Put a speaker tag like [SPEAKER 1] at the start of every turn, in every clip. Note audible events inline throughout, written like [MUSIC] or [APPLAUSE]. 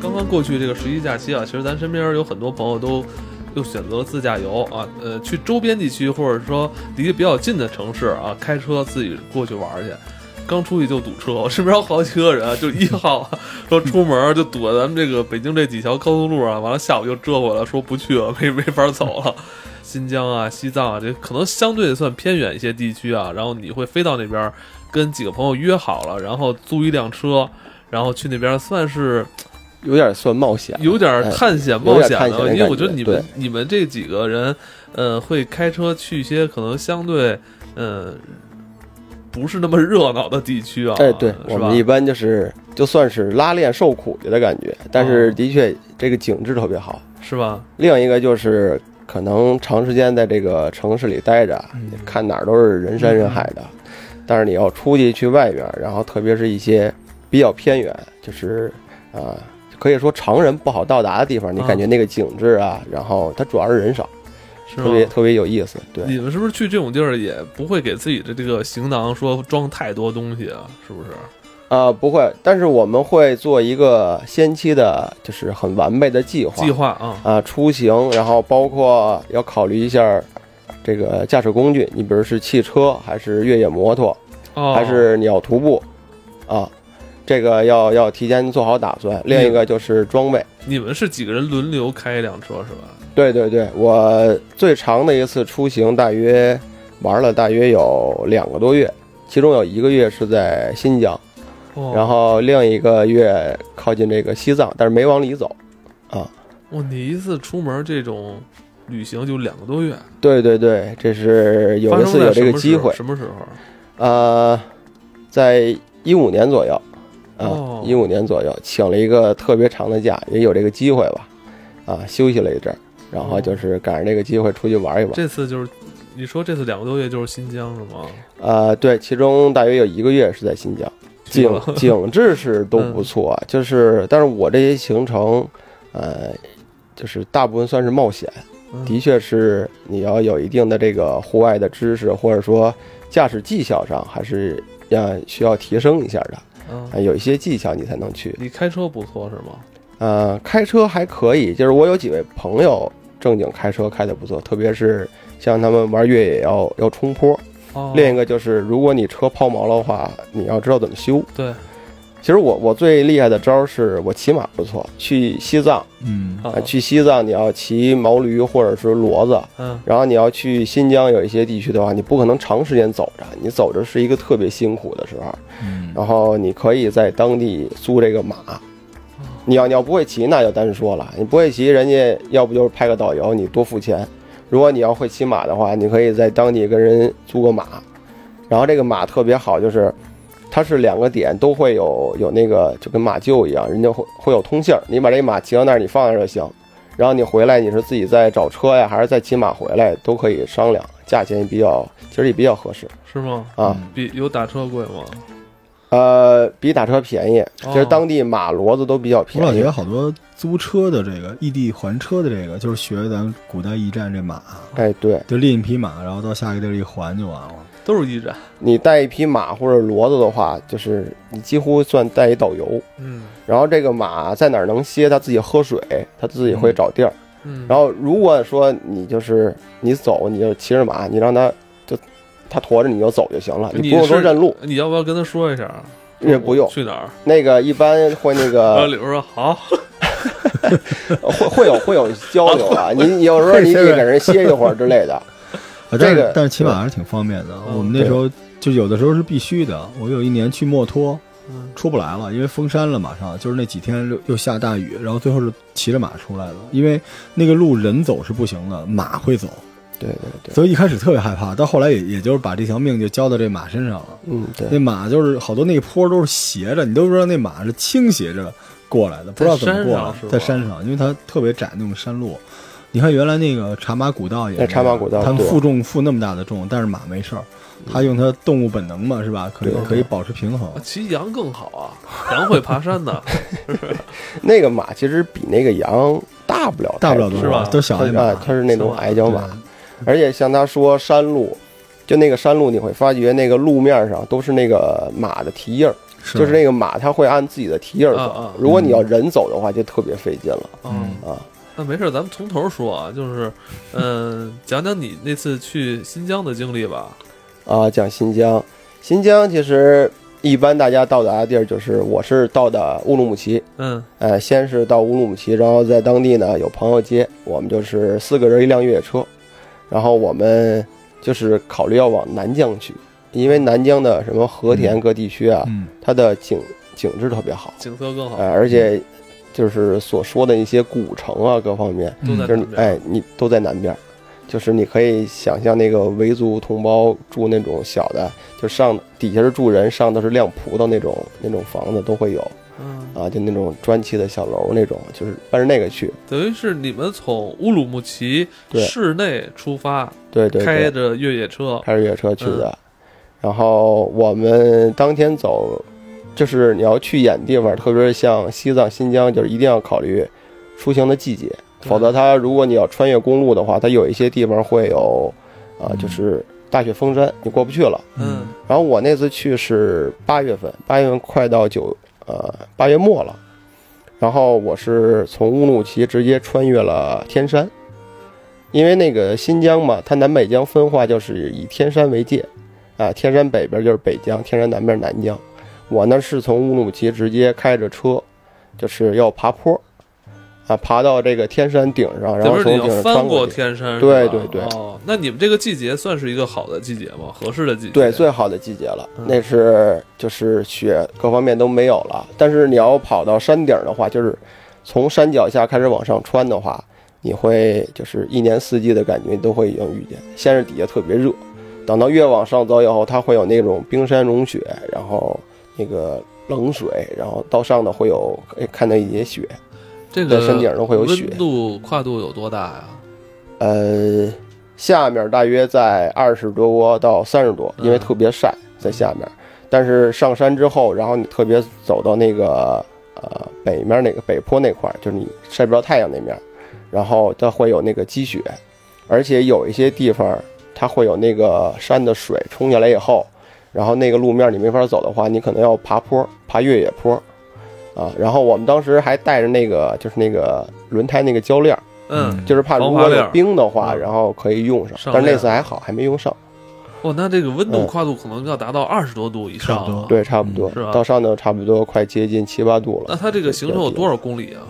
[SPEAKER 1] 刚刚过去这个十一假期啊，其实咱身边有很多朋友都又选择了自驾游啊，呃，去周边地区或者说离得比较近的城市啊，开车自己过去玩儿去。刚出去就堵车，我身边有好几个人啊，就一号啊说出门就堵在咱们这个北京这几条高速路啊，完了下午就折回来，说不去了，没没法走了。新疆啊、西藏啊，这可能相对算偏远一些地区啊，然后你会飞到那边儿，跟几个朋友约好了，然后租一辆车，然后去那边儿算是
[SPEAKER 2] 有点算冒险，
[SPEAKER 1] 有点
[SPEAKER 2] 哎
[SPEAKER 1] 探险
[SPEAKER 2] 有
[SPEAKER 1] 冒
[SPEAKER 2] 点
[SPEAKER 1] 险
[SPEAKER 2] 探险
[SPEAKER 1] 的，
[SPEAKER 2] 的
[SPEAKER 1] 因为我
[SPEAKER 2] 感
[SPEAKER 1] 觉得
[SPEAKER 2] 觉
[SPEAKER 1] 你们
[SPEAKER 2] 对
[SPEAKER 1] 你们这几个人，呃，会开车去一些可能相对，呃，不是那么热闹的地区啊，
[SPEAKER 2] 哎，对我
[SPEAKER 1] 是吧
[SPEAKER 2] 们？一般就是就算是拉练受苦去的感觉，
[SPEAKER 1] 嗯
[SPEAKER 2] 但是的确这个景致特别好。
[SPEAKER 1] 是吧？
[SPEAKER 2] 另一个就是可能长时间在这个城市里待着，
[SPEAKER 1] 嗯
[SPEAKER 2] 你看哪儿都是人山人海的，但是你要出去去外边儿，然后特别是一些比较偏远，就是啊、呃可以说常人不好到达的地方，你
[SPEAKER 1] 啊
[SPEAKER 2] 感觉那个景致啊，然后它主要是人少，
[SPEAKER 1] 是
[SPEAKER 2] 特别
[SPEAKER 1] 吧？
[SPEAKER 2] 特别有意思。对，
[SPEAKER 1] 你们是不是去这种地儿也不会给自己的这个行囊说装太多东西啊？是不是？
[SPEAKER 2] 啊、不会，但是我们会做一个先期的，就是很完备的计划。
[SPEAKER 1] 计划啊，
[SPEAKER 2] 啊、出行，然后包括要考虑一下这个驾驶工具，你比如是汽车，还是越野摩托，
[SPEAKER 1] 哦，
[SPEAKER 2] 还是你要徒步，啊，这个要要提前做好打算。另一个就是装备，
[SPEAKER 1] 你们是几个人轮流开一辆车是吧？
[SPEAKER 2] 对对对，我最长的一次出行大约玩了大约有两个多月，其中有一个月是在新疆。
[SPEAKER 1] 哦，
[SPEAKER 2] 然后另一个月靠近这个西藏，但是没往里走。
[SPEAKER 1] 哇，你一次出门这种旅行就两个多月，
[SPEAKER 2] 对对对，这是有
[SPEAKER 1] 发
[SPEAKER 2] 一
[SPEAKER 1] 生
[SPEAKER 2] 次
[SPEAKER 1] 在
[SPEAKER 2] 有这
[SPEAKER 1] 什
[SPEAKER 2] 个
[SPEAKER 1] 么
[SPEAKER 2] 机
[SPEAKER 1] 时候
[SPEAKER 2] 会，
[SPEAKER 1] 什么时候？啊
[SPEAKER 2] 呃，在一五年左右，啊
[SPEAKER 1] 哦，
[SPEAKER 2] 一五年左右，请了一个特别长的假，也有这个机会吧，啊，休息了一阵儿，然后就是赶上这个机会出去玩一玩。
[SPEAKER 1] 哦这次就是你说这次两个多月就是新疆是吗？
[SPEAKER 2] 呃，对，其中大约有一个月是在新疆，
[SPEAKER 1] 去 [LAUGHS]
[SPEAKER 2] 景
[SPEAKER 1] 了
[SPEAKER 2] 景致是都不错
[SPEAKER 1] [LAUGHS] 嗯
[SPEAKER 2] 啊，就是但是我这些行程，呃，就是大部分算是冒险。
[SPEAKER 1] 嗯
[SPEAKER 2] 的确是你要有一定的这个户外的知识，或者说驾驶技巧上，还是要需要提升一下的。
[SPEAKER 1] 嗯，
[SPEAKER 2] 啊，有一些技巧你才能去。
[SPEAKER 1] 你开车不错是吗？
[SPEAKER 2] 呃，开车还可以，就是我有几位朋友正经开车开的不错，特别是像他们玩越野要要冲坡。
[SPEAKER 1] 哦，
[SPEAKER 2] 另一个就是，如果你车抛锚的话，你要知道怎么修。
[SPEAKER 1] 对，
[SPEAKER 2] 其实我我最厉害的招儿是我骑马不错，去西藏
[SPEAKER 3] 嗯
[SPEAKER 1] 啊
[SPEAKER 2] 啊，去西藏你要骑毛驴或者是骡子，
[SPEAKER 1] 嗯，
[SPEAKER 2] 然后你要去新疆有一些地区的话，你不可能长时间走着，你走着是一个特别辛苦的时候。
[SPEAKER 3] 嗯，
[SPEAKER 2] 然后你可以在当地租这个马，你要你要不会骑那就单说了，你不会骑人家要不就是派个导游，你多付钱。如果你要会骑马的话，你可以在当地跟人租个马，然后这个马特别好，就是它是两个点都会有有那个就跟马厩一样，人家会会有通信儿，你把这马骑到那儿，你放那儿就行。然后你回来，你是自己再找车呀，还是再骑马回来，都可以商量，价钱也比较，其实也比较合适
[SPEAKER 1] 是吗？
[SPEAKER 2] 啊。
[SPEAKER 3] 嗯
[SPEAKER 1] 比有打车贵吗？
[SPEAKER 2] 呃，比打车便宜，
[SPEAKER 1] 哦
[SPEAKER 2] 其实当地马骡子都比较
[SPEAKER 3] 我
[SPEAKER 2] 哦便
[SPEAKER 3] 老觉
[SPEAKER 2] 宜。啊
[SPEAKER 3] 得好多租车的这个异地还车的这个，就是学咱们古代驿站这马，
[SPEAKER 2] 哎，对
[SPEAKER 3] 就练一匹马，然后到下一个地儿一还就完了。
[SPEAKER 1] 都是驿站，
[SPEAKER 2] 你带一匹马或者骡子的话，就是你几乎算带一导游。
[SPEAKER 1] 嗯
[SPEAKER 2] 然后这个马在哪儿能歇，它自己喝水，它自己会找地儿。
[SPEAKER 1] 嗯，
[SPEAKER 2] 然后如果说你就是你走，你就骑着马，你让它就它驮着你就走就行了，
[SPEAKER 1] 就
[SPEAKER 2] 你
[SPEAKER 1] 你
[SPEAKER 2] 不用说
[SPEAKER 1] 是
[SPEAKER 2] 认路，
[SPEAKER 1] 你要不要跟他说一下？
[SPEAKER 2] 也不用。呃
[SPEAKER 1] 去哪儿？
[SPEAKER 2] 那个一般会那 [LAUGHS]
[SPEAKER 1] 然后
[SPEAKER 2] 个
[SPEAKER 1] 李叔说好，
[SPEAKER 2] 会会有会有交流啊，你你有时候你得给人歇一会儿之类的。
[SPEAKER 3] 啊，但
[SPEAKER 2] 这
[SPEAKER 3] 是
[SPEAKER 2] 个
[SPEAKER 3] 但是骑马还是挺方便的。
[SPEAKER 1] 嗯
[SPEAKER 3] 我们那时候就有的时候是必须的。我有一年去墨脱
[SPEAKER 1] 嗯，
[SPEAKER 3] 出不来了，因为封山了，马上就是那几天又又下大雨，然后最后是骑着马出来的，因为那个路人走是不行的，马会走，
[SPEAKER 2] 对对对，
[SPEAKER 3] 所以一开始特别害怕，到后来也也就是把这条命就交到这马身上了。
[SPEAKER 2] 嗯对。
[SPEAKER 3] 那马就是好多那坡都是斜着，你都不知道那马是倾斜着过来的，不知道怎么过来
[SPEAKER 1] 山上是吧，
[SPEAKER 3] 在山上，因为它特别窄那种山路。你看原来那个茶马古道也是
[SPEAKER 2] 那茶马古道
[SPEAKER 3] 它
[SPEAKER 2] 对
[SPEAKER 3] 负重负那么大的重，但是马没事儿，它用它动物本能嘛，是吧？可以
[SPEAKER 2] 对
[SPEAKER 3] 可以保持平衡
[SPEAKER 1] 啊。骑羊更好啊，
[SPEAKER 2] [LAUGHS]
[SPEAKER 1] 羊会爬山的，
[SPEAKER 2] 那个马其实比那个羊大不了太
[SPEAKER 3] 大不了多
[SPEAKER 1] 是吧
[SPEAKER 3] 少，都小
[SPEAKER 2] 它
[SPEAKER 3] 一
[SPEAKER 2] 啊
[SPEAKER 3] 点。
[SPEAKER 2] 它是那种
[SPEAKER 1] 小马
[SPEAKER 2] 矮脚马，而且像他说山路，就那个山路，你会发觉那个路面上都是那个马的蹄印儿，
[SPEAKER 3] 是
[SPEAKER 2] 就是那个马它会按自己的蹄印儿走。
[SPEAKER 1] 啊啊
[SPEAKER 2] 如果你要人走的话，就特别费劲了
[SPEAKER 1] 嗯，
[SPEAKER 2] 啊。
[SPEAKER 1] 那没事儿，咱们从头说啊，就是，嗯、讲讲你那次去新疆的经历吧。
[SPEAKER 2] 啊，讲新疆，新疆其实一般大家到达的地儿就是，我是到的乌鲁木齐，
[SPEAKER 1] 嗯
[SPEAKER 2] 呃，先是到乌鲁木齐，然后在当地呢有朋友接，我们就是四个人一辆越野车，然后我们就是考虑要往南疆去，因为南疆的什么和田各地区啊，
[SPEAKER 3] 嗯
[SPEAKER 2] 它的景景致特别好，
[SPEAKER 1] 景色更好，
[SPEAKER 2] 呃，而且就是所说的一些古城啊各方面，
[SPEAKER 3] 嗯
[SPEAKER 1] 都在
[SPEAKER 2] 就是
[SPEAKER 1] 南
[SPEAKER 2] 你
[SPEAKER 1] 边
[SPEAKER 2] 哎，你都在南边儿，就是你可以想象那个维族同胞住那种小的，就上底下是住人，上头是晾葡萄那种那种房子都会有
[SPEAKER 1] 嗯，
[SPEAKER 2] 啊，就那种砖砌的小楼那种，就是奔着那个去。
[SPEAKER 1] 等于是你们从乌鲁木齐
[SPEAKER 2] 对
[SPEAKER 1] 市内出发，
[SPEAKER 2] 对对
[SPEAKER 1] 开
[SPEAKER 2] 对，
[SPEAKER 1] 着越野车，
[SPEAKER 2] 开着越野车去的。然后我们当天走，就是你要去远地方，特别是像西藏、新疆，就是一定要考虑出行的季节，
[SPEAKER 1] 对
[SPEAKER 2] 否则它如果你要穿越公路的话，它有一些地方会有啊、
[SPEAKER 3] 嗯
[SPEAKER 2] 就是大雪封山，你过不去了。
[SPEAKER 1] 嗯
[SPEAKER 2] 然后我那次去是八月份，八月份快到九呃八月末了，然后我是从乌鲁木齐直接穿越了天山，因为那个新疆嘛，它南北疆分化就是以天山为界，啊，天山北边就是北疆，天山南边南疆。我呢是从乌鲁木齐直接开着车，就是要爬坡，啊，爬到这个天山顶上，嗯然
[SPEAKER 1] 等
[SPEAKER 2] 后
[SPEAKER 1] 于是
[SPEAKER 2] 从
[SPEAKER 1] 你
[SPEAKER 2] 顶
[SPEAKER 1] 要
[SPEAKER 2] 上
[SPEAKER 1] 翻
[SPEAKER 2] 穿
[SPEAKER 1] 过
[SPEAKER 2] 过去。
[SPEAKER 1] 天山，
[SPEAKER 2] 对
[SPEAKER 1] 是吧
[SPEAKER 2] 对对
[SPEAKER 1] 哦，那你们这个季节算是一个好的季节吗？合适的季节？
[SPEAKER 2] 对，最好的季节了
[SPEAKER 1] 嗯，
[SPEAKER 2] 那是就是雪各方面都没有了。但是你要跑到山顶的话，就是从山脚下开始往上穿的话，你会就是一年四季的感觉都会能遇见。先是底下特别热，等到越往上走以后，它会有那种冰山融雪，然后那个冷水，然后到上头会有可以看到一些雪，
[SPEAKER 1] 这个
[SPEAKER 2] 在山顶上会有雪
[SPEAKER 1] 温度跨度有多大呀？
[SPEAKER 2] 呃，下面大约在二十多到三十多，因为
[SPEAKER 1] 嗯
[SPEAKER 2] 特别晒在下面。但是上山之后，然后你特别走到那个呃北面那个北坡那块儿，就是你晒不着太阳那面儿，然后它会有那个积雪，而且有一些地方它会有那个山的水冲下来以后，然后那个路面你没法走的话，你可能要爬坡，爬越野坡。啊，然后我们当时还带着那个，就是那个轮胎那个胶链儿，
[SPEAKER 1] 嗯，
[SPEAKER 2] 就是怕如
[SPEAKER 1] 防滑
[SPEAKER 2] 果
[SPEAKER 1] 链
[SPEAKER 2] 有
[SPEAKER 1] 儿
[SPEAKER 2] 冰的话，
[SPEAKER 1] 嗯
[SPEAKER 2] 然后可以用上
[SPEAKER 1] 上。
[SPEAKER 2] 但是那
[SPEAKER 1] 链
[SPEAKER 2] 次还好，还没用上。
[SPEAKER 1] 哦，那这个温度
[SPEAKER 2] 嗯
[SPEAKER 1] 跨度可能要达到二十多度以上
[SPEAKER 3] 差不多
[SPEAKER 1] 啊。
[SPEAKER 2] 对，差不多
[SPEAKER 1] 嗯是吧
[SPEAKER 2] 到上头差不多快接近七八度
[SPEAKER 1] 那
[SPEAKER 2] 了。
[SPEAKER 1] 它这个行程有多少公里啊？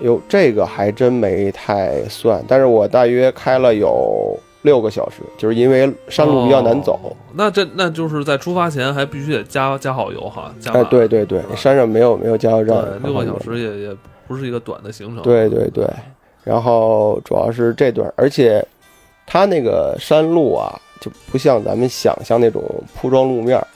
[SPEAKER 2] 有这个还真没太算，但是我大约开了有六个小时，就是因为山路比较难走。
[SPEAKER 1] 哦那这那就是在出发前还必须得加加好油哈，加
[SPEAKER 2] 哎，
[SPEAKER 1] 满
[SPEAKER 2] 对对对
[SPEAKER 1] 是吧，
[SPEAKER 2] 山上没有没有加油站
[SPEAKER 1] 对，，六个小。时也也不是一个短的行程。
[SPEAKER 2] 对对对，然后主要是这段，而且它那个山路啊，就不像咱们想象那种铺装路面儿，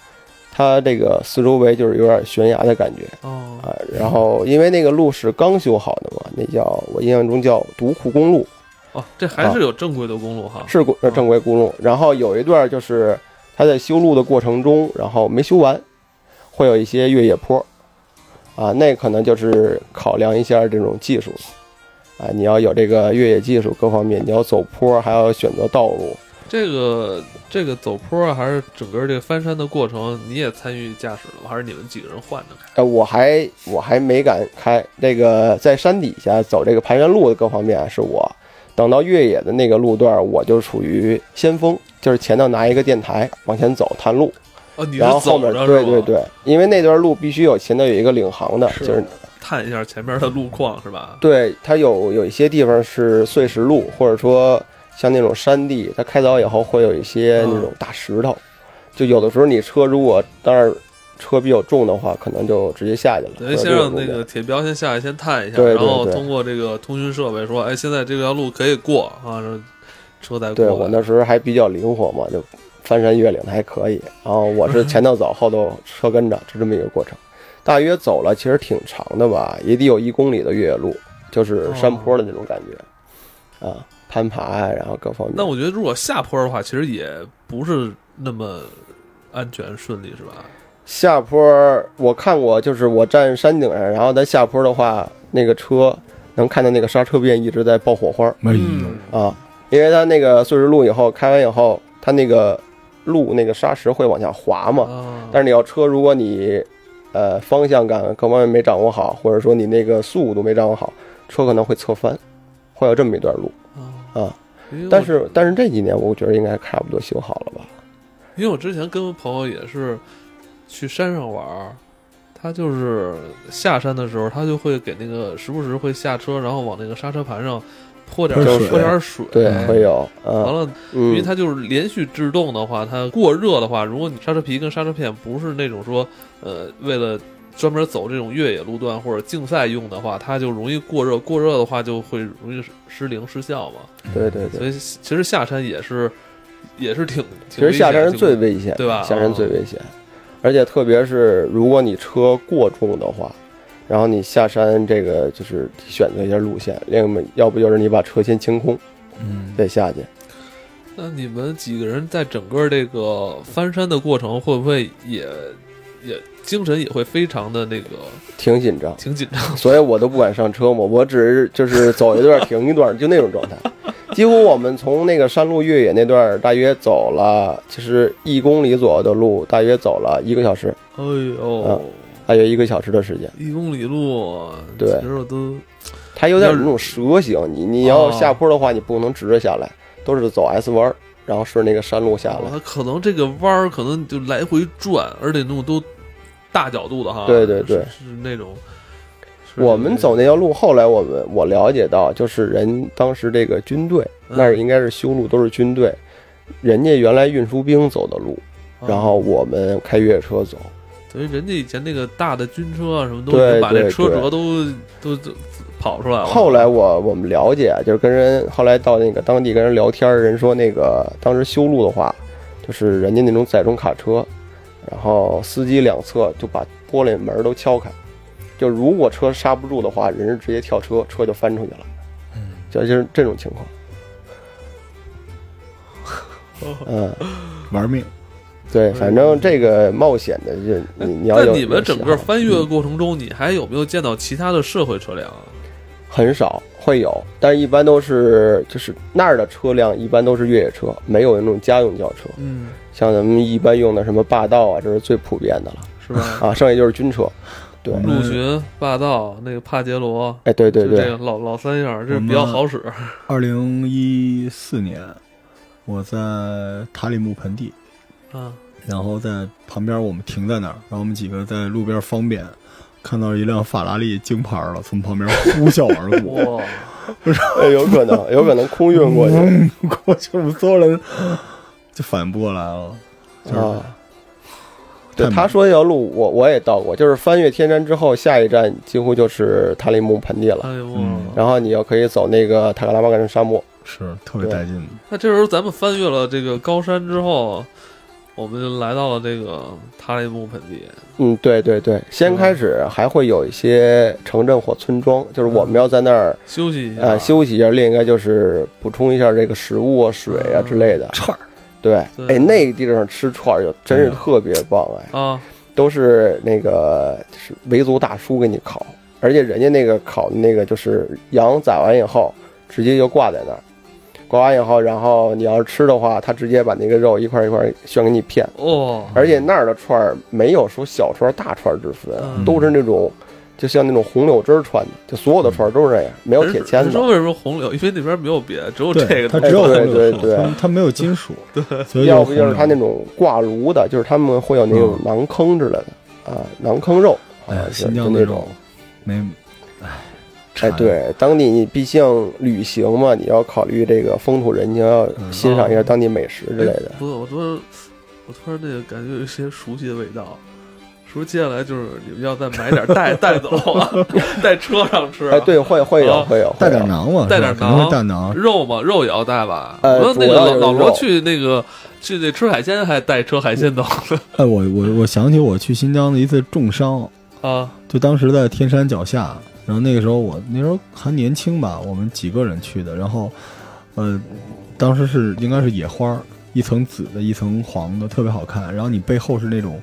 [SPEAKER 2] 它这个四周围就是有点悬崖的感觉。
[SPEAKER 1] 哦，
[SPEAKER 2] 啊，然后因为那个路是刚修好的嘛，那叫我印象中叫独库公路，
[SPEAKER 1] 哦，这还是有正规的公路哈。
[SPEAKER 2] 啊是公呃正规公路。然后有一段就是他在修路的过程中，然后没修完，会有一些越野坡，啊，那可能就是考量一下这种技术，啊，你要有这个越野技术各方面，你要走坡，还要选择道路，
[SPEAKER 1] 这个这个走坡啊，还是整个这个翻山的过程，你也参与驾驶了吗？还是你们几个人换着开？
[SPEAKER 2] 呃，我还我还没敢开这个，在山底下走这个盘山路的各方面啊是我，等到越野的那个路段，我就属于先锋，就是前头拿一个电台往前走探路，
[SPEAKER 1] 哦，你
[SPEAKER 2] 然后
[SPEAKER 1] 是
[SPEAKER 2] 后
[SPEAKER 1] 走
[SPEAKER 2] 面
[SPEAKER 1] 着
[SPEAKER 2] 对对
[SPEAKER 1] 是吧？
[SPEAKER 2] 对，因为那段路必须有前头有一个领航的，
[SPEAKER 1] 是
[SPEAKER 2] 就是
[SPEAKER 1] 探一下前面的路况是吧？
[SPEAKER 2] 对它有有一些地方是碎石路，或者说像那种山地，它开凿以后会有一些
[SPEAKER 1] 嗯
[SPEAKER 2] 那种大石头，就有的时候你车如果当然车比较重的话，可能就直接下去了，
[SPEAKER 1] 等于
[SPEAKER 2] 或者
[SPEAKER 1] 先
[SPEAKER 2] 就
[SPEAKER 1] 让
[SPEAKER 2] 有
[SPEAKER 1] 那
[SPEAKER 2] 路
[SPEAKER 1] 个铁标先下去，先探一下，
[SPEAKER 2] 对对
[SPEAKER 1] 然后
[SPEAKER 2] 对
[SPEAKER 1] 通过这个通讯设备说，哎，现在这条路可以过啊，然后车再过
[SPEAKER 2] 对
[SPEAKER 1] 来。
[SPEAKER 2] 我那时候还比较灵活嘛，就翻山越岭的还可以。然后我是前
[SPEAKER 1] [LAUGHS]
[SPEAKER 2] 头走，后头车跟着，就这么一个过程。大约走了其实挺长的吧，也得有一公里的越野路，
[SPEAKER 1] 哦
[SPEAKER 2] 就是山坡的那种感觉，啊，攀爬呀，然后各方面。
[SPEAKER 1] 那我觉得如果下坡的话，其实也不是那么安全顺利，是吧？
[SPEAKER 2] 下坡我看过，就是我站山顶上，然后在下坡的话，那个车能看到那个刹车片一直在爆火花儿
[SPEAKER 3] 哎呦，
[SPEAKER 1] 嗯
[SPEAKER 2] 啊，因为它那个碎石路以后开完以后，它那个路那个砂石会往下滑嘛。
[SPEAKER 1] 啊，
[SPEAKER 2] 但是你要车，如果你呃方向感各方面没掌握好，或者说你那个速度没掌握好，车可能会侧翻，会有这么一段路。啊
[SPEAKER 1] 因为我
[SPEAKER 2] 但是但是这几年我觉得应该差不多修好了吧？
[SPEAKER 1] 因为我之前跟朋友也是去山上玩儿，他就是下山的时候，他就会给那个时不时会下车，然后往那个刹车盘上泼点儿
[SPEAKER 3] 泼
[SPEAKER 2] 水
[SPEAKER 1] 泼点儿水，
[SPEAKER 2] 对，
[SPEAKER 3] 哎
[SPEAKER 2] 会有。
[SPEAKER 1] 完
[SPEAKER 2] 嗯
[SPEAKER 1] 了，因为
[SPEAKER 2] 嗯，
[SPEAKER 1] 它就是连续制动的话，它过热的话，如果你刹车皮跟刹车片不是那种说，呃，为了专门走这种越野路段或者竞赛用的话，它就容易过热，过热的话就会容易失灵失效嘛。
[SPEAKER 2] 对对对。
[SPEAKER 1] 所以其实下山也是，也是挺，
[SPEAKER 2] 其
[SPEAKER 1] 挺
[SPEAKER 2] 实下山
[SPEAKER 1] 危
[SPEAKER 2] 是
[SPEAKER 1] 险的
[SPEAKER 2] 最危险的，
[SPEAKER 1] 对吧哦
[SPEAKER 2] 下山最危险，而且特别是如果你车过重的话，然后你下山这个就是选择一下路线，另外要不就是你把车先清空
[SPEAKER 3] 嗯，
[SPEAKER 2] 再下去。
[SPEAKER 1] 那你们几个人在整个这个翻山的过程，会不会也也精神也会非常的那个
[SPEAKER 2] 挺紧张，
[SPEAKER 1] 挺紧张？
[SPEAKER 2] 所以我都不敢上车嘛，我只是就是走一段停一段，就那种状态。几乎我们从那个山路越野那段，大约走了其实一公里左右的路，大约走了一个小时，
[SPEAKER 1] [LAUGHS] 哎
[SPEAKER 2] 啊
[SPEAKER 1] 呦，
[SPEAKER 2] 大约一个小时的时间。
[SPEAKER 1] 一公里路，
[SPEAKER 2] 对
[SPEAKER 1] 其实我都
[SPEAKER 2] 它有点那种蛇形，你你
[SPEAKER 1] 哦
[SPEAKER 2] 要下坡的话，你不能直着下来，都是走 S 弯儿，然后顺那个山路下
[SPEAKER 1] 哦
[SPEAKER 2] 来。
[SPEAKER 1] 它可能这个弯儿可能就来回转，而且那种都大角度的哈。
[SPEAKER 2] 对对对
[SPEAKER 1] 是，是那种。是
[SPEAKER 2] 我们走那条路，后来我们我了解到，就是人当时这个军队
[SPEAKER 1] 嗯
[SPEAKER 2] 那儿应该是修路都是军队，人家原来运输兵走的路，
[SPEAKER 1] 啊
[SPEAKER 2] 然后我们开越野车走。
[SPEAKER 1] 等于人家以前那个大的军车啊什么都
[SPEAKER 2] 对
[SPEAKER 1] 已经把这
[SPEAKER 2] 对
[SPEAKER 1] 车
[SPEAKER 2] 对
[SPEAKER 1] 辙都都都跑出来了。
[SPEAKER 2] 后来我我们了解，啊就是跟人后来到那个当地跟人聊天儿，人说那个当时修路的话，就是人家那种载重卡车，然后司机两侧就把玻璃门儿都敲开，就如果车刹不住的话，人是直接跳车，车就翻出去了，
[SPEAKER 1] 嗯
[SPEAKER 2] 就就是这种情
[SPEAKER 1] [LAUGHS]
[SPEAKER 2] 况。嗯，
[SPEAKER 3] 玩命，
[SPEAKER 2] 对，反正这个冒险的就你你要
[SPEAKER 1] 那
[SPEAKER 2] 有
[SPEAKER 1] 你们整个翻越
[SPEAKER 2] 嗯
[SPEAKER 1] 的过程中，你还有没有见到其他的社会车辆啊？
[SPEAKER 2] 很少会有，但是一般都是就是那儿的车辆一般都是越野车，没有那种家用轿车。
[SPEAKER 1] 嗯，
[SPEAKER 2] 像咱们一般用的什么霸道啊，这是最普遍的了
[SPEAKER 1] 是
[SPEAKER 2] [LAUGHS]
[SPEAKER 1] 吧？
[SPEAKER 2] 啊，剩下就是军车。对，
[SPEAKER 3] 我们
[SPEAKER 1] 陆巡、霸道、那个帕杰罗，
[SPEAKER 2] 哎，对对
[SPEAKER 1] 嗯就这
[SPEAKER 2] 对，
[SPEAKER 1] 个老老三样儿，这
[SPEAKER 3] 我们
[SPEAKER 1] 比较好使。啊
[SPEAKER 3] 二零一四年，我在塔里木盆地，嗯
[SPEAKER 1] 啊，
[SPEAKER 3] 然后在旁边我们停在那儿，然后我们几个在路边方便，看到一辆法拉利京牌了从旁边呼啸而
[SPEAKER 2] [LAUGHS]
[SPEAKER 3] 过，
[SPEAKER 1] 哇，
[SPEAKER 2] 哎有可能有可能空运过
[SPEAKER 3] 嗯
[SPEAKER 2] 去
[SPEAKER 3] 过去我们所有人就反应不过来了，就是
[SPEAKER 2] 啊。
[SPEAKER 3] 太
[SPEAKER 2] 对，
[SPEAKER 3] 猛
[SPEAKER 2] 他说那条路我我也到过，就是翻越天山之后，下一站几乎就是塔里木盆地了。
[SPEAKER 1] 哎呦，
[SPEAKER 3] 嗯
[SPEAKER 2] 然后你又可以走那个塔克拉玛干沙漠，
[SPEAKER 3] 是特别带劲。
[SPEAKER 1] 那这时候咱们翻越了这个高山之后，我们就来到了这个塔里木盆地。
[SPEAKER 2] 嗯，对对对，先开始还会有一些城镇或村庄，就是我们要在那儿
[SPEAKER 1] 休息一下，
[SPEAKER 2] 啊，休息一下。另一个就是补充一下这个食物啊、水啊之类的。
[SPEAKER 3] 串儿，
[SPEAKER 2] 对，
[SPEAKER 1] 对
[SPEAKER 2] 哎，那个地方吃串儿就真是特别棒哎，
[SPEAKER 1] 啊，
[SPEAKER 2] 都是那个就是维族大叔给你烤，而且人家那个烤的那个就是羊宰完以后直接就挂在那儿，挂完以后，然后你要是吃的话，他直接把那个肉一块一块炫给你片。
[SPEAKER 1] 哦，
[SPEAKER 2] 而且那儿的串儿没有说小串儿、大串儿之分啊，
[SPEAKER 1] 嗯
[SPEAKER 2] 都是那种就像那种红柳枝儿串的，就所有的串儿都是这样，没有铁签
[SPEAKER 1] 人
[SPEAKER 2] 子。
[SPEAKER 3] 嗯
[SPEAKER 1] 说为什么红柳？因为那边没有别的，只有这
[SPEAKER 3] 对，
[SPEAKER 1] 个
[SPEAKER 3] 它
[SPEAKER 1] 东
[SPEAKER 3] 只有
[SPEAKER 2] 哎
[SPEAKER 3] 红
[SPEAKER 2] 对
[SPEAKER 3] 柳
[SPEAKER 2] 对对
[SPEAKER 3] 树，它它没有金属，对，所以
[SPEAKER 2] 要不就是他
[SPEAKER 3] 它
[SPEAKER 2] 那种挂炉的，就是他们会有那种馕坑之类的啊，馕坑肉
[SPEAKER 3] 哎
[SPEAKER 2] 啊，就
[SPEAKER 3] 新
[SPEAKER 2] 就
[SPEAKER 3] 疆
[SPEAKER 2] 那
[SPEAKER 3] 那
[SPEAKER 2] 种
[SPEAKER 3] 种。没，哎
[SPEAKER 2] 哎，，对，当地你毕竟旅行嘛，你要考虑这个风土人情，要欣赏一下当地美食之类的。
[SPEAKER 1] 哎不是，我突然，我突然那个感觉有一些熟悉的味道。是不是接下来就是你们要再买点带
[SPEAKER 2] [LAUGHS]
[SPEAKER 1] 带走啊，带车上
[SPEAKER 3] 嗯
[SPEAKER 1] 吃、啊？
[SPEAKER 2] 哎，，对，会会有
[SPEAKER 1] 啊
[SPEAKER 2] 会有，
[SPEAKER 3] 带点
[SPEAKER 2] 会有
[SPEAKER 3] 馕嘛，
[SPEAKER 1] 带
[SPEAKER 3] 是吧
[SPEAKER 1] 点
[SPEAKER 3] 肯定
[SPEAKER 1] 馕
[SPEAKER 3] 会带馕，
[SPEAKER 1] 肉嘛，肉也要带吧。
[SPEAKER 2] 呃
[SPEAKER 1] 我说那
[SPEAKER 2] 主
[SPEAKER 1] 个
[SPEAKER 2] 要
[SPEAKER 1] 老
[SPEAKER 2] 就是
[SPEAKER 1] 老罗
[SPEAKER 2] 肉
[SPEAKER 1] 去那个去那吃海鲜还带车海鲜的
[SPEAKER 3] 哎，我我我想起我去新疆的一次重伤，
[SPEAKER 1] 啊，
[SPEAKER 3] 就当时在天山脚下，然后那个时候我那时候还年轻吧，我们几个人去的，然后，呃，当时是应该是野花儿，一层紫的，一层黄的，特别好看。然后你背后是那种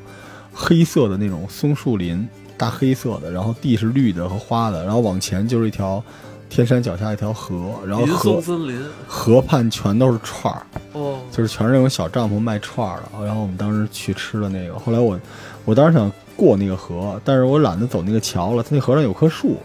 [SPEAKER 3] 黑色的那种松树林，大黑色的，然后地是绿的和花的，然后往前就是一条天山脚下一条河，然后
[SPEAKER 1] 银松
[SPEAKER 3] 河
[SPEAKER 1] 森林
[SPEAKER 3] 河畔全都是串儿，
[SPEAKER 1] 哦，
[SPEAKER 3] 就是全是那种小帐篷卖串儿的。然后我们当时去吃的那个，后来我我当时想过那个河，但是我懒得走那个桥了，它那河上有棵树，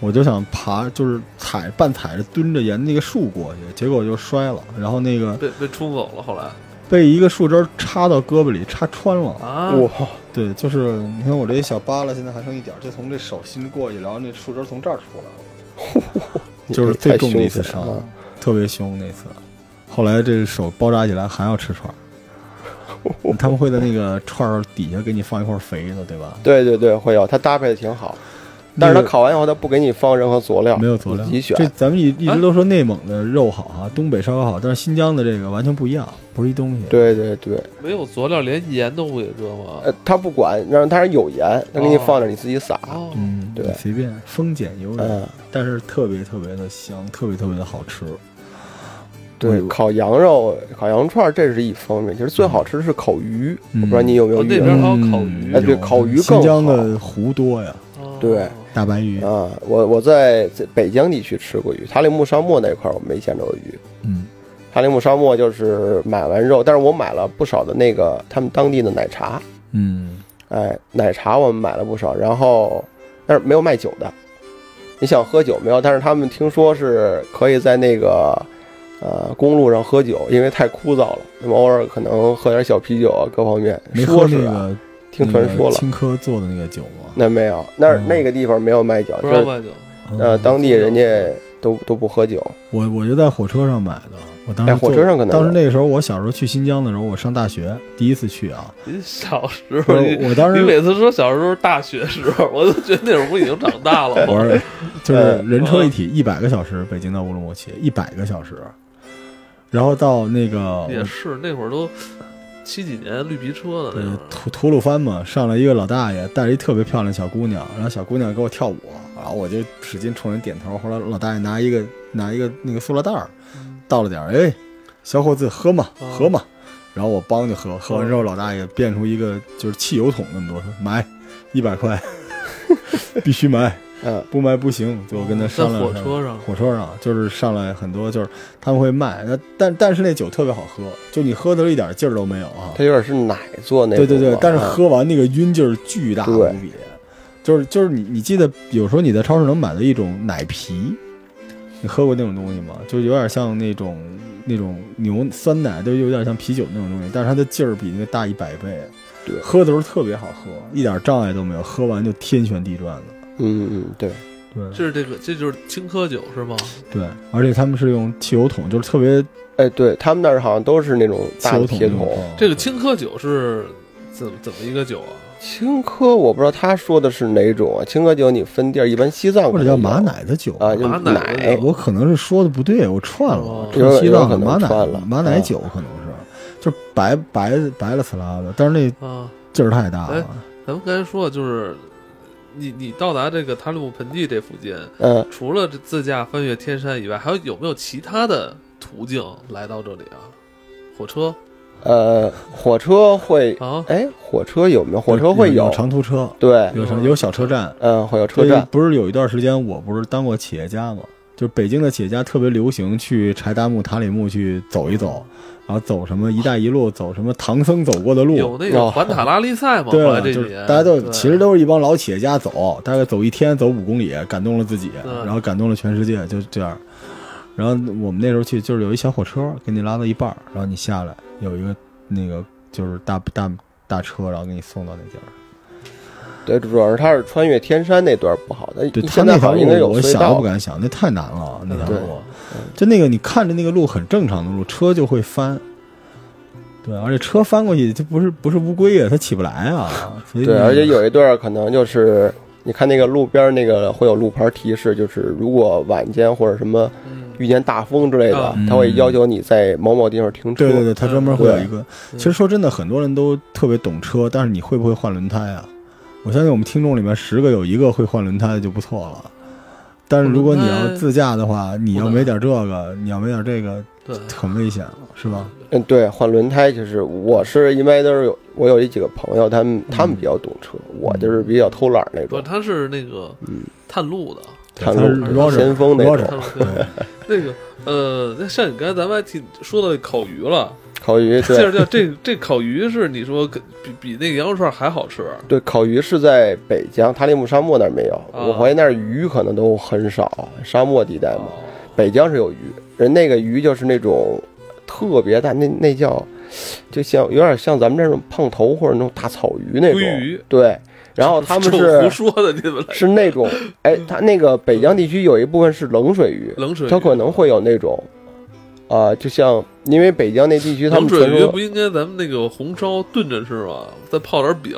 [SPEAKER 3] 我就想爬，就是踩半踩着蹲着沿那个树过去，结果就摔了，然后那个
[SPEAKER 1] 被被冲走了，后来
[SPEAKER 3] 被一个树枝儿插到胳膊里，插穿了。
[SPEAKER 1] 啊，
[SPEAKER 2] 哇，
[SPEAKER 3] 对，就是你看我这一小疤了，现在还剩一点儿，就从这手心过去，然后那树枝儿从这儿出来了，就是最
[SPEAKER 2] 太
[SPEAKER 3] 重
[SPEAKER 2] 凶
[SPEAKER 3] 的一次
[SPEAKER 2] 险
[SPEAKER 3] 伤
[SPEAKER 2] 了，啊
[SPEAKER 3] 特别凶那次。后来这手包扎起来还要吃
[SPEAKER 2] [LAUGHS]
[SPEAKER 3] 串儿，他们会在那个串儿底下给你放一块肥的，对吧？
[SPEAKER 2] 对对对，会有，它搭配的挺好，但是它
[SPEAKER 3] 那个
[SPEAKER 2] 烤完以后，它不给你放任何佐料，
[SPEAKER 3] 没有佐料
[SPEAKER 2] 你自己，选啊
[SPEAKER 3] 这。咱们一一直都说内蒙的肉好啊，东北烧烤好，但是新疆的这个完全不一样，不是一东西。
[SPEAKER 2] 对对对，
[SPEAKER 1] 没有佐料，连盐都不给搁吗？
[SPEAKER 2] 呃，他不管，让它是有盐，他给你
[SPEAKER 1] 哦
[SPEAKER 2] 放点，你自己撒。
[SPEAKER 1] 哦，
[SPEAKER 3] 嗯，
[SPEAKER 2] 对
[SPEAKER 3] 你随便丰俭由人，
[SPEAKER 2] 嗯，
[SPEAKER 3] 但是特别特别的香，特别特别的好吃。
[SPEAKER 2] 对，烤羊肉、烤羊串儿这是一方面，其实最好吃的是烤鱼，我
[SPEAKER 3] 嗯
[SPEAKER 2] 不知道你有没有
[SPEAKER 1] 哦那
[SPEAKER 2] 遇
[SPEAKER 1] 边
[SPEAKER 2] 到
[SPEAKER 1] 儿还有烤鱼
[SPEAKER 2] 哎对烤鱼
[SPEAKER 3] 新
[SPEAKER 2] 更
[SPEAKER 3] 疆的
[SPEAKER 2] 好
[SPEAKER 3] 湖多呀，
[SPEAKER 1] 哦
[SPEAKER 2] 对
[SPEAKER 3] 大白鱼，
[SPEAKER 2] 啊？我我在在北疆地区吃过鱼，塔里木沙漠那块儿我没见着过鱼。
[SPEAKER 3] 嗯，
[SPEAKER 2] 塔里木沙漠就是买完肉，但是我买了不少的那个他们当地的奶茶，
[SPEAKER 3] 嗯，
[SPEAKER 2] 哎，奶茶我们买了不少，然后但是没有卖酒的。你想喝酒没有？但是他们听说是可以在那个呃公路上喝酒，因为太枯燥了。那么偶尔可能喝点小啤酒啊，各方面。
[SPEAKER 3] 没喝
[SPEAKER 2] 说
[SPEAKER 3] 那
[SPEAKER 2] 是啊，
[SPEAKER 3] 个嗯
[SPEAKER 2] 听传说
[SPEAKER 3] 那个
[SPEAKER 2] 了。
[SPEAKER 3] 青稞做的那个酒吗？
[SPEAKER 2] 那没有，那儿
[SPEAKER 3] 嗯
[SPEAKER 2] 那个地方没有卖酒，
[SPEAKER 1] 不知道
[SPEAKER 2] 是
[SPEAKER 1] 卖酒，
[SPEAKER 2] 呃
[SPEAKER 3] 嗯
[SPEAKER 2] 当地人家都都不喝酒。
[SPEAKER 3] 我我就在火车上买的，我当时
[SPEAKER 2] 哎在火
[SPEAKER 3] 坐
[SPEAKER 2] 车上可能
[SPEAKER 3] 当时
[SPEAKER 2] 有
[SPEAKER 3] 那个时候我小时候去新疆的时候，我上大学第一次
[SPEAKER 2] [LAUGHS]
[SPEAKER 3] 去啊，
[SPEAKER 1] 你小时
[SPEAKER 3] 不
[SPEAKER 1] 候
[SPEAKER 3] 是
[SPEAKER 1] 你。
[SPEAKER 3] 我当
[SPEAKER 1] 你
[SPEAKER 3] 时
[SPEAKER 1] 每次说小时候、大学时候，我都觉得那会儿不已经长大了吗？
[SPEAKER 2] [LAUGHS]
[SPEAKER 3] 我是就是
[SPEAKER 2] 呃
[SPEAKER 3] 人车一体一百个小时，北京到乌鲁木齐一百个小时，然后到那个
[SPEAKER 1] 也是，那会儿都七几年绿皮车的那会，
[SPEAKER 3] 呃
[SPEAKER 1] 儿，
[SPEAKER 3] 吐吐鲁番嘛，上来一个老大爷，带着一特别漂亮小姑娘，然后小姑娘给我跳舞，然后我就使劲冲人点头。后来老大爷拿一个拿一个那个塑料袋儿，
[SPEAKER 1] 嗯
[SPEAKER 3] 倒了点儿，哎，小伙子喝嘛
[SPEAKER 1] 哦
[SPEAKER 3] 喝嘛，然后我帮就喝，喝完
[SPEAKER 1] 嗯
[SPEAKER 3] 之后老大爷变出一个就是汽油桶那么多，说买一
[SPEAKER 1] [LAUGHS]
[SPEAKER 3] 百块，必须买，
[SPEAKER 2] 嗯，
[SPEAKER 3] 不买不行。就我跟他
[SPEAKER 1] 哦在
[SPEAKER 3] 商量
[SPEAKER 1] 火
[SPEAKER 3] 商量
[SPEAKER 1] 车上，
[SPEAKER 3] [LAUGHS] 火车上就是上来很多，就是他们会卖，那但但是那酒特别好喝，就你喝的一点劲儿都没有啊。
[SPEAKER 2] 它有点是奶做那
[SPEAKER 3] 对
[SPEAKER 2] 种
[SPEAKER 3] 对对
[SPEAKER 2] 嘛，
[SPEAKER 3] 但是
[SPEAKER 2] 嗯
[SPEAKER 3] 喝完那个晕劲儿巨大无
[SPEAKER 2] 对
[SPEAKER 3] 比，就是就是你你记得有时候你在超市能买到一种奶啤，你喝过那种东西吗？就有点像那种那种牛酸奶，就有点像啤酒那种东西，但是它的劲儿比那个大一百倍。
[SPEAKER 2] 对
[SPEAKER 3] 喝的时候特别好喝，一点障碍都没有，喝完就天旋地转的。
[SPEAKER 2] 嗯嗯对，
[SPEAKER 3] 对
[SPEAKER 1] 这是这个，这就是青稞酒是吗？
[SPEAKER 3] 对，而且他们是用汽油桶，就是特别
[SPEAKER 2] 哎对，他们那儿好像都是那种
[SPEAKER 3] 汽
[SPEAKER 2] 大
[SPEAKER 3] 油
[SPEAKER 2] 的
[SPEAKER 3] 桶
[SPEAKER 2] 铁
[SPEAKER 3] 那种
[SPEAKER 2] 桶。
[SPEAKER 3] 装。
[SPEAKER 1] 这个青稞酒是怎怎么一个酒啊？
[SPEAKER 2] 青稞我不知道他说的是哪种啊，青稞酒你分地儿，一般西藏
[SPEAKER 3] 或
[SPEAKER 2] 可
[SPEAKER 3] 者
[SPEAKER 2] 能
[SPEAKER 3] 叫
[SPEAKER 2] 有
[SPEAKER 3] 马奶的酒
[SPEAKER 2] 啊，就
[SPEAKER 1] 马
[SPEAKER 2] 是
[SPEAKER 1] 奶
[SPEAKER 2] 奶
[SPEAKER 3] 哎我可能是说的不对，我串了
[SPEAKER 1] 哦，
[SPEAKER 3] 串西藏
[SPEAKER 2] 有有可
[SPEAKER 3] 的
[SPEAKER 2] 能
[SPEAKER 3] 马奶
[SPEAKER 2] 串了嗯
[SPEAKER 3] 马奶酒可能是，就是白白白了呲啦的，但是那
[SPEAKER 1] 啊，
[SPEAKER 3] 劲儿太大了。
[SPEAKER 1] 咱们刚才说的就是，你你到达这个塔里木盆地这附近，
[SPEAKER 2] 嗯，
[SPEAKER 1] 除了这自驾翻越天山以外，还有有没有其他的途径来到这里啊？火车
[SPEAKER 2] 呃，火车会，
[SPEAKER 1] 啊，
[SPEAKER 2] 哎，火车有没有？火车会
[SPEAKER 3] 有长途车，
[SPEAKER 2] 对，
[SPEAKER 3] 有长有小车站，
[SPEAKER 2] 嗯，会有车站，
[SPEAKER 3] 不是有一段时间我不是当过企业家嘛，就是北京的企业家特别流行去柴达木、塔里木去走一走，然后走什么“一带一路”，走什么唐僧走过的路，
[SPEAKER 1] 有那个
[SPEAKER 2] 哦
[SPEAKER 1] 环塔拉力赛嘛？
[SPEAKER 3] 对
[SPEAKER 1] 后
[SPEAKER 3] 了，
[SPEAKER 1] 来这
[SPEAKER 3] 就
[SPEAKER 1] 几
[SPEAKER 3] 是
[SPEAKER 1] 年
[SPEAKER 3] 大家都
[SPEAKER 1] 对
[SPEAKER 3] 其实都是一帮老企业家走，大概走一天，走五公里，感动了自己，
[SPEAKER 1] 对
[SPEAKER 3] 然后感动了全世界，就这样。然后我们那时候去，就是有一小火车给你拉到一半儿，然后你下来有一个那个就是大大大车，然后给你送到那地儿。
[SPEAKER 2] 对，主要是它是穿越天山那段不好，那
[SPEAKER 3] 对他
[SPEAKER 2] 现
[SPEAKER 3] 那
[SPEAKER 2] 在
[SPEAKER 3] 条
[SPEAKER 2] 好像应该
[SPEAKER 3] 路，
[SPEAKER 2] 有
[SPEAKER 3] 我
[SPEAKER 2] 隧
[SPEAKER 3] 想都不
[SPEAKER 2] 道，
[SPEAKER 3] 敢想，那太难了，那条
[SPEAKER 2] 对
[SPEAKER 3] 路。就那个你看着那个路很正常的路，车就会翻。对，而且车翻过去，它不是不是乌龟啊，它起不来啊。所以
[SPEAKER 2] 对，
[SPEAKER 3] 你
[SPEAKER 2] 而且有一段可能就是。你看那个路边那个会有路牌提示，就是如果晚间或者什么
[SPEAKER 1] 嗯
[SPEAKER 2] 遇见大风之类的
[SPEAKER 1] 嗯，
[SPEAKER 2] 他会要求你在某某地方停车。
[SPEAKER 3] 对对对，它专门会有一个。
[SPEAKER 1] 对
[SPEAKER 3] 其实说真的，很多人都特别懂车，但是你会不会换轮胎啊？我相信我们听众里面十个有一个会换轮胎的就不错了。但是如果你要自驾的话，你要没点这个，你要没点这个，
[SPEAKER 1] 对
[SPEAKER 3] 很危险了，是吧？
[SPEAKER 2] 嗯，对，换轮胎就是我是因为都是有我有一几个朋友，他们他们比较懂车，我就是比较偷懒儿那
[SPEAKER 1] 不，
[SPEAKER 2] 种，嗯
[SPEAKER 1] 它是那个探路的，
[SPEAKER 2] 探
[SPEAKER 3] 它是
[SPEAKER 2] 路
[SPEAKER 3] Roger
[SPEAKER 2] 先锋那
[SPEAKER 3] Roger
[SPEAKER 1] 探
[SPEAKER 2] 种。 [LAUGHS]
[SPEAKER 1] 路对那个呃，那像你刚才咱们还提说到烤鱼了，
[SPEAKER 2] 烤鱼
[SPEAKER 1] 介绍
[SPEAKER 2] 对
[SPEAKER 1] 介绍这这烤鱼是你说跟比比那个羊肉串还好吃，
[SPEAKER 2] 对，烤鱼是在北疆塔里木沙漠那儿没有，
[SPEAKER 1] 啊
[SPEAKER 2] 我怀疑那儿鱼可能都很少，沙漠地带嘛。
[SPEAKER 1] 啊
[SPEAKER 2] 北疆是有鱼，人那个鱼就是那种特别大，那那叫就像有点像咱们这种胖头或者那种大草鱼那种
[SPEAKER 1] 鲑鱼，
[SPEAKER 2] 对。然后他们
[SPEAKER 1] 这哦胡
[SPEAKER 2] 是
[SPEAKER 1] 说的，你们来
[SPEAKER 2] 是那种，哎，它那个北疆地区有一部分是冷水鱼，
[SPEAKER 1] 冷水鱼
[SPEAKER 2] 它可能会有那种，啊、就像因为北疆那地区他
[SPEAKER 1] 冷
[SPEAKER 2] 们
[SPEAKER 1] 水
[SPEAKER 2] 传
[SPEAKER 1] 鱼
[SPEAKER 2] 说
[SPEAKER 1] 不，应该咱们那个红烧炖着吃吗？再泡点饼，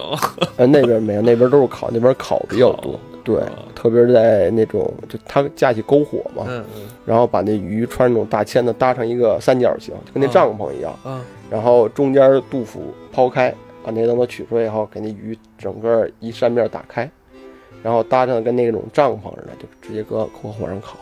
[SPEAKER 2] 呃，那边没有，那边都是
[SPEAKER 1] [LAUGHS]
[SPEAKER 2] 烤，那边烤比较多，对
[SPEAKER 1] 啊，
[SPEAKER 2] 特别是在那种就他架起篝火嘛，
[SPEAKER 1] [LAUGHS] 嗯
[SPEAKER 2] 然后把那鱼穿那种大签子搭成一个三角形，就跟那
[SPEAKER 1] 啊
[SPEAKER 2] 帐篷一样，
[SPEAKER 1] 嗯啊，
[SPEAKER 2] 然后中间杜甫抛开，把那东西取出来以后，给那鱼整个一扇面打开，然后搭上跟那种帐篷似的，就直接搁搁火上烤。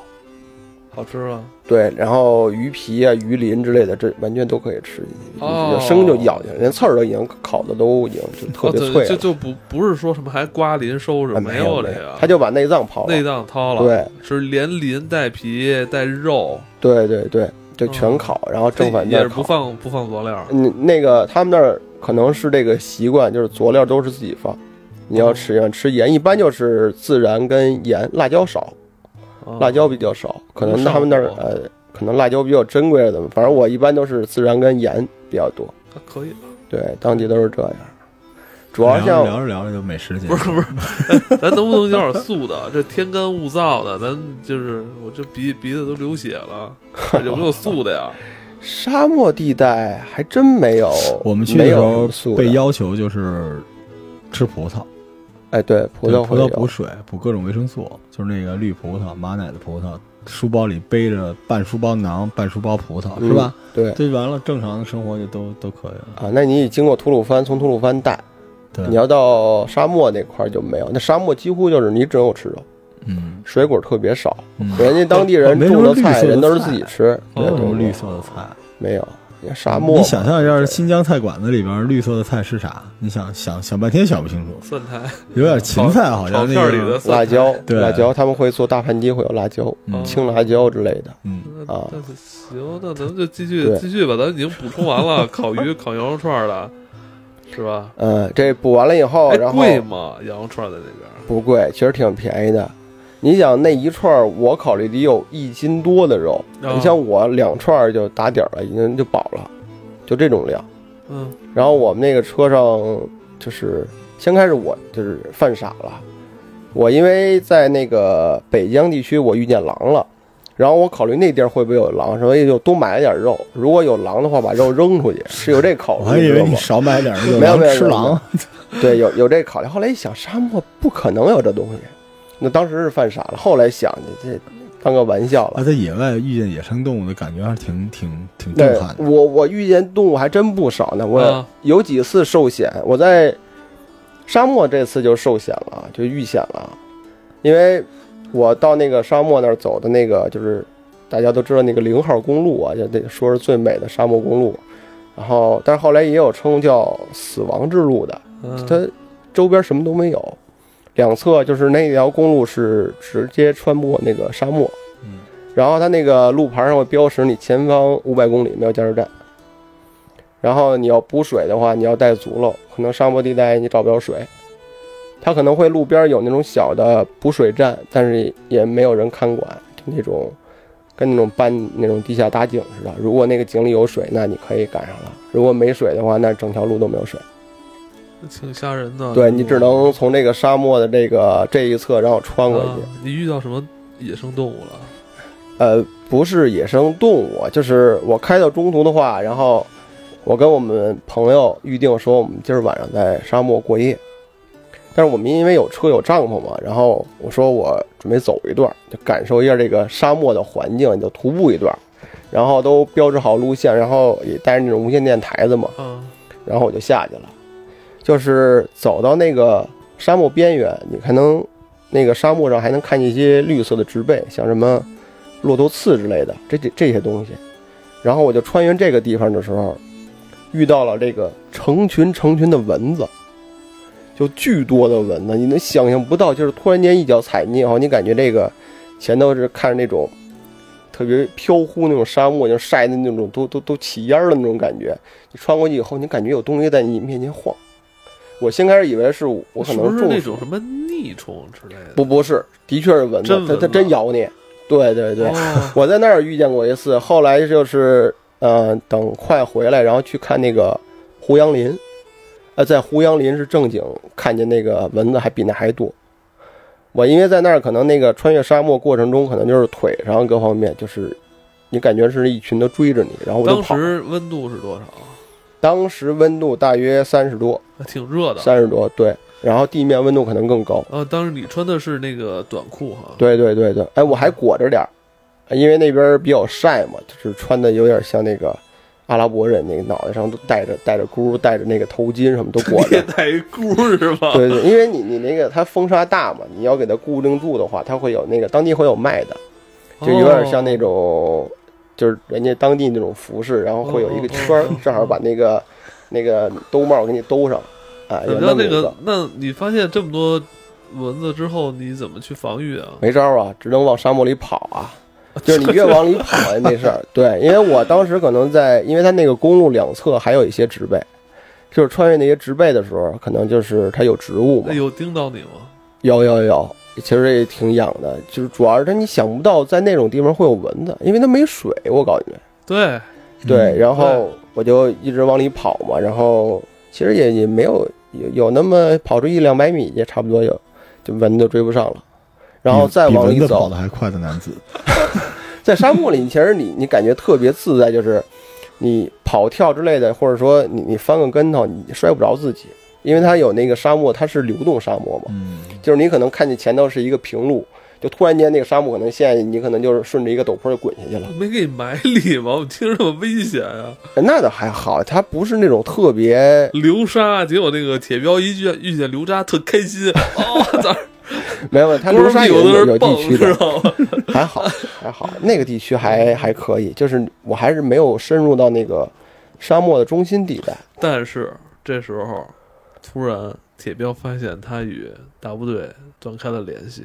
[SPEAKER 1] 好吃啊吗？
[SPEAKER 2] 对，然后鱼皮啊、鱼鳞之类的，这完全都可以吃，你
[SPEAKER 1] 哦
[SPEAKER 2] 就生就咬下来，连刺儿都已经烤的都已经
[SPEAKER 1] [LAUGHS]
[SPEAKER 2] 就特
[SPEAKER 1] 哦，
[SPEAKER 2] 别
[SPEAKER 1] 对，
[SPEAKER 2] 脆
[SPEAKER 1] 就
[SPEAKER 2] 了。
[SPEAKER 1] 就不不是说什么还刮鳞收拾，
[SPEAKER 2] 啊
[SPEAKER 1] 没
[SPEAKER 2] 有
[SPEAKER 1] 这
[SPEAKER 2] 没
[SPEAKER 1] 个，
[SPEAKER 2] 他就把内脏刨
[SPEAKER 1] 内
[SPEAKER 2] 了，
[SPEAKER 1] 脏掏了，
[SPEAKER 2] 对，
[SPEAKER 1] 是连鳞带皮带肉，
[SPEAKER 2] 对对对，就
[SPEAKER 1] 哦
[SPEAKER 2] 全烤，然后正反
[SPEAKER 1] 也
[SPEAKER 2] 面
[SPEAKER 1] 是不
[SPEAKER 2] 烤。
[SPEAKER 1] 放不放佐料，
[SPEAKER 2] 嗯，那个他们那儿可能是这个习惯，就是佐料都是自己放。你
[SPEAKER 1] 哦
[SPEAKER 2] 要吃要吃盐，一般就是孜然跟盐，辣椒少，
[SPEAKER 3] 嗯
[SPEAKER 1] 啊
[SPEAKER 2] 辣椒比较少，可能他们那儿
[SPEAKER 1] 上火
[SPEAKER 2] 呃，可能辣椒比较珍贵了，怎么？反正我一般都是孜然跟盐比较多，
[SPEAKER 1] 啊可以了，
[SPEAKER 2] 对，当地都是这样。主
[SPEAKER 3] 聊
[SPEAKER 2] 要
[SPEAKER 3] 着
[SPEAKER 2] 像
[SPEAKER 3] 聊着聊着就美食节目
[SPEAKER 1] 不是不是，咱能不能有点素的？这天干物燥的，咱就是我这鼻鼻子都流血了，有没有素的呀？
[SPEAKER 2] 沙漠地带还真没有，
[SPEAKER 3] 我们去
[SPEAKER 2] 没
[SPEAKER 3] 的时
[SPEAKER 2] 有什么
[SPEAKER 3] 候
[SPEAKER 2] 素
[SPEAKER 3] 被
[SPEAKER 2] 的。
[SPEAKER 3] 要求就是吃葡萄，
[SPEAKER 2] 哎，对，葡
[SPEAKER 3] 对
[SPEAKER 2] 萄
[SPEAKER 3] 葡
[SPEAKER 2] 会
[SPEAKER 3] 萄
[SPEAKER 2] 有
[SPEAKER 3] 补水，补各种维生素，就是那个绿葡萄、马奶的葡萄，书包里背着半书包囊、半书包葡萄，
[SPEAKER 2] 嗯
[SPEAKER 3] 是吧？
[SPEAKER 2] 对
[SPEAKER 3] 这完了，正常的生活就都都可以了。
[SPEAKER 2] 啊，那你经过吐鲁番，从吐鲁番带，
[SPEAKER 3] 对，
[SPEAKER 2] 你要到沙漠那块儿就没有，那沙漠几乎就是你只有吃肉，
[SPEAKER 3] 嗯，
[SPEAKER 2] 水果特别少，
[SPEAKER 3] 嗯
[SPEAKER 2] 人家当地人
[SPEAKER 3] 没什
[SPEAKER 2] 种
[SPEAKER 3] 么
[SPEAKER 2] 的
[SPEAKER 3] 绿
[SPEAKER 2] 菜，
[SPEAKER 3] 色的
[SPEAKER 2] 人都是
[SPEAKER 3] 菜
[SPEAKER 2] 自己吃，
[SPEAKER 1] 哦
[SPEAKER 2] 对
[SPEAKER 3] 没有
[SPEAKER 2] 对
[SPEAKER 3] 什么
[SPEAKER 2] 对
[SPEAKER 3] 绿色的菜。
[SPEAKER 2] 没有，沙漠嘛
[SPEAKER 3] 你想象一下，
[SPEAKER 2] 对
[SPEAKER 3] 新疆菜馆子里边绿色的菜是啥？你想想想半天想不清楚，
[SPEAKER 1] 蒜苔，
[SPEAKER 3] 有点芹菜好
[SPEAKER 1] 炒
[SPEAKER 3] 像那
[SPEAKER 1] 片里的
[SPEAKER 3] 个，
[SPEAKER 1] 蒜
[SPEAKER 2] 辣椒，
[SPEAKER 3] [LAUGHS] 对
[SPEAKER 2] 辣椒他们会做大盘鸡，会有辣椒、
[SPEAKER 3] 嗯
[SPEAKER 2] 青辣椒之类的。
[SPEAKER 3] 嗯，
[SPEAKER 1] 那
[SPEAKER 2] 啊
[SPEAKER 1] 那行，那咱们就继续
[SPEAKER 2] 对
[SPEAKER 1] 继续吧，咱已经补充完了烤鱼、烤羊肉串了，是吧？
[SPEAKER 2] 嗯，这补完了以后，
[SPEAKER 1] 哎，
[SPEAKER 2] 然后
[SPEAKER 1] 贵吗？羊肉串在那边
[SPEAKER 2] 不贵，其实挺便宜的。你想那一串儿，我考虑得有一斤多的肉，
[SPEAKER 3] 哦
[SPEAKER 1] 啊
[SPEAKER 2] 你像我两串儿就打底儿了，已经就饱了，就这种量。，
[SPEAKER 1] 嗯，
[SPEAKER 2] 然后我们那个车上就是先开始我就是犯傻了，我因为在那个北疆地区我遇见狼了，然后我考虑那地儿会不会有狼，所以就多买了点肉，如果有狼的话把肉扔出去，是有这考虑，
[SPEAKER 3] 我还以
[SPEAKER 2] 知
[SPEAKER 3] 为
[SPEAKER 2] 道
[SPEAKER 3] 你
[SPEAKER 2] 吗
[SPEAKER 3] 少买点儿，有
[SPEAKER 2] 没有
[SPEAKER 3] 狼
[SPEAKER 2] 没有
[SPEAKER 3] 吃
[SPEAKER 2] 没有
[SPEAKER 3] 狼。
[SPEAKER 2] [LAUGHS] 对，有有这考虑。后来一想，沙漠不可能有这东西，那当时是犯傻了，后来想你这当个玩笑了
[SPEAKER 3] 啊，。在野外遇见野生动物的感觉还是挺挺挺
[SPEAKER 2] 对
[SPEAKER 3] 震撼，的。
[SPEAKER 2] 我我遇见动物还真不少呢。我
[SPEAKER 1] 啊
[SPEAKER 2] 有几次受险，我在沙漠这次就受险了，就遇险了，因为我到那个沙漠那儿走的那个就是大家都知道那个零号公路啊，就得说是最美的沙漠公路。然后，但是后来也有称叫死亡之路的，
[SPEAKER 1] 嗯
[SPEAKER 2] 它周边什么都没有，两侧就是那条公路是直接穿过那个沙漠，
[SPEAKER 3] 嗯，
[SPEAKER 2] 然后它那个路牌上会标识你前方五百公里没有加油站，然后你要补水的话，你要带足了，可能沙漠地带你找不着水，它可能会路边有那种小的补水站，但是也没有人看管，就那种跟那种搬那种地下打井似的，如果那个井里有水，那你可以赶上了；如果没水的话，那整条路都没有水。
[SPEAKER 1] 嗯挺吓人的。嗯
[SPEAKER 2] 对你只能从这个沙漠的这个这一侧，然后穿过
[SPEAKER 1] 啊
[SPEAKER 2] 去。
[SPEAKER 1] 你遇到什么野生动物了？
[SPEAKER 2] 呃，不是野生动物，就是我开到中途的话，然后我跟我们朋友预定说，我们今儿晚上在沙漠过夜。但是我们因为有车有帐篷嘛，然后我说我准备走一段，就感受一下这个沙漠的环境，就徒步一段，然后都标志好路线，然后也带着那种无线电台子嘛，
[SPEAKER 1] 啊，
[SPEAKER 2] 然后我就下去了，就是走到那个沙漠边缘，你还能那个沙漠上还能看见一些绿色的植被，像什么骆驼刺之类的，这这这些东西。然后我就穿越这个地方的时候，遇到了这个成群成群的蚊子，就巨多的蚊子，你能想象不到，就是突然间一脚踩进去以后，你感觉这个前头是看着那种特别飘忽那种沙漠，就晒的那种都都都起烟儿的那种感觉。你穿过去以后，你感觉有东西在你面前晃。我先开始以为是我我可
[SPEAKER 1] 是
[SPEAKER 2] 能
[SPEAKER 1] 不是
[SPEAKER 2] 中
[SPEAKER 1] 那
[SPEAKER 2] 暑
[SPEAKER 1] 种什么腻虫之类的？
[SPEAKER 2] 不不是，的确是蚊子
[SPEAKER 1] 真，啊
[SPEAKER 2] 它它
[SPEAKER 1] 蚊
[SPEAKER 2] 真
[SPEAKER 1] 子
[SPEAKER 2] 咬你。对对对，
[SPEAKER 1] 哦，
[SPEAKER 2] 我在那儿遇见过一次，后来就是呃，等快回来，然后去看那个胡杨林，呃，在胡杨林是正经看见那个蚊子还比那还多。我因为在那儿可能那个穿越沙漠过程中，可能就是腿上各方面就是，你感觉是一群都追着你，然后 [LAUGHS] 我就
[SPEAKER 1] 当
[SPEAKER 2] 跑。
[SPEAKER 1] 时温度是多少？
[SPEAKER 2] 当时温度大约三十多，
[SPEAKER 1] 还挺热的。
[SPEAKER 2] 三十多对，然后地面温度可能更高。
[SPEAKER 1] 呃，当时你穿的是那个短裤哈。
[SPEAKER 2] 对对对对，哎，我还裹着点儿，因为那边儿比较晒嘛，就是穿的有点像那个阿拉伯人，那个脑袋上都戴着戴着箍，戴着那个头巾什么都
[SPEAKER 1] [LAUGHS]
[SPEAKER 2] 裹
[SPEAKER 1] 你也
[SPEAKER 2] 着。
[SPEAKER 1] 带一箍是吧？
[SPEAKER 2] 对对，因为你你那个它风沙大嘛，你要给它固定住的话，它会有那个当地会有卖的，就有
[SPEAKER 1] 哦
[SPEAKER 2] 点像那种，就是人家当地那种服饰，然后会有一个圈儿
[SPEAKER 1] 哦哦哦哦，
[SPEAKER 2] 正好把那个那个兜帽给你兜上，啊，
[SPEAKER 1] 哦。
[SPEAKER 2] 有
[SPEAKER 1] 你
[SPEAKER 2] 那
[SPEAKER 1] 到
[SPEAKER 2] 么
[SPEAKER 1] 那
[SPEAKER 2] 一
[SPEAKER 1] 个，那你发现这么多蚊子之后，你怎么去防御啊？
[SPEAKER 2] 没招儿啊，只能往沙漠里跑啊。
[SPEAKER 3] [LAUGHS]
[SPEAKER 2] 就是你越往里跑呀，那事儿。对，因为我当时可能在，因为它那个公路两侧还有一些植被，就是穿越那些植被的时候，可能就是它有植物嘛
[SPEAKER 1] 哎那。
[SPEAKER 3] 哎
[SPEAKER 1] 有叮到你吗？
[SPEAKER 2] 有有有，其实也挺痒的，就是主要是它你想不到在那种地方会有蚊子，因为它没水，我告诉你。
[SPEAKER 1] 对，
[SPEAKER 3] 嗯
[SPEAKER 2] 对，然后
[SPEAKER 1] 对
[SPEAKER 2] 我就一直往里跑嘛，然后其实也也没有有有那么跑出一两百米也差不多有，就蚊子追不上了。然后
[SPEAKER 3] 比
[SPEAKER 2] 再
[SPEAKER 3] 嗯比
[SPEAKER 2] 往
[SPEAKER 3] 蚊
[SPEAKER 2] 里
[SPEAKER 3] 子
[SPEAKER 2] 走
[SPEAKER 3] 跑，得还快的男子，
[SPEAKER 2] 在沙漠里，其实你你感觉特别自在，就是你跑跳之类的，或者说你你翻个跟头，你摔不着自己，因为它有那个沙漠，它是流动沙漠嘛，
[SPEAKER 3] 嗯，
[SPEAKER 2] 就是你可能看见前头是一个平路，就突然间那个沙漠可能陷，你可能就是顺着一个陡坡就滚下去了。
[SPEAKER 1] 没给你埋里吗？我听着这么危险啊！
[SPEAKER 2] 那倒还好，它不是那种特别
[SPEAKER 1] 流沙，结果那个铁彪一遇见遇见流沙特开心，哦，咋？
[SPEAKER 2] 没有，它流沙也
[SPEAKER 1] 有
[SPEAKER 2] 有
[SPEAKER 1] 人
[SPEAKER 2] 有
[SPEAKER 1] 蹦
[SPEAKER 2] 地
[SPEAKER 1] 知
[SPEAKER 2] 区的，
[SPEAKER 1] 道吗？
[SPEAKER 2] 还好还好，那个地区还还可以，就是我还是没有深入到那个沙漠的中心地带。
[SPEAKER 1] 但是这时候，突然铁彪发现他与大部队断开了联系，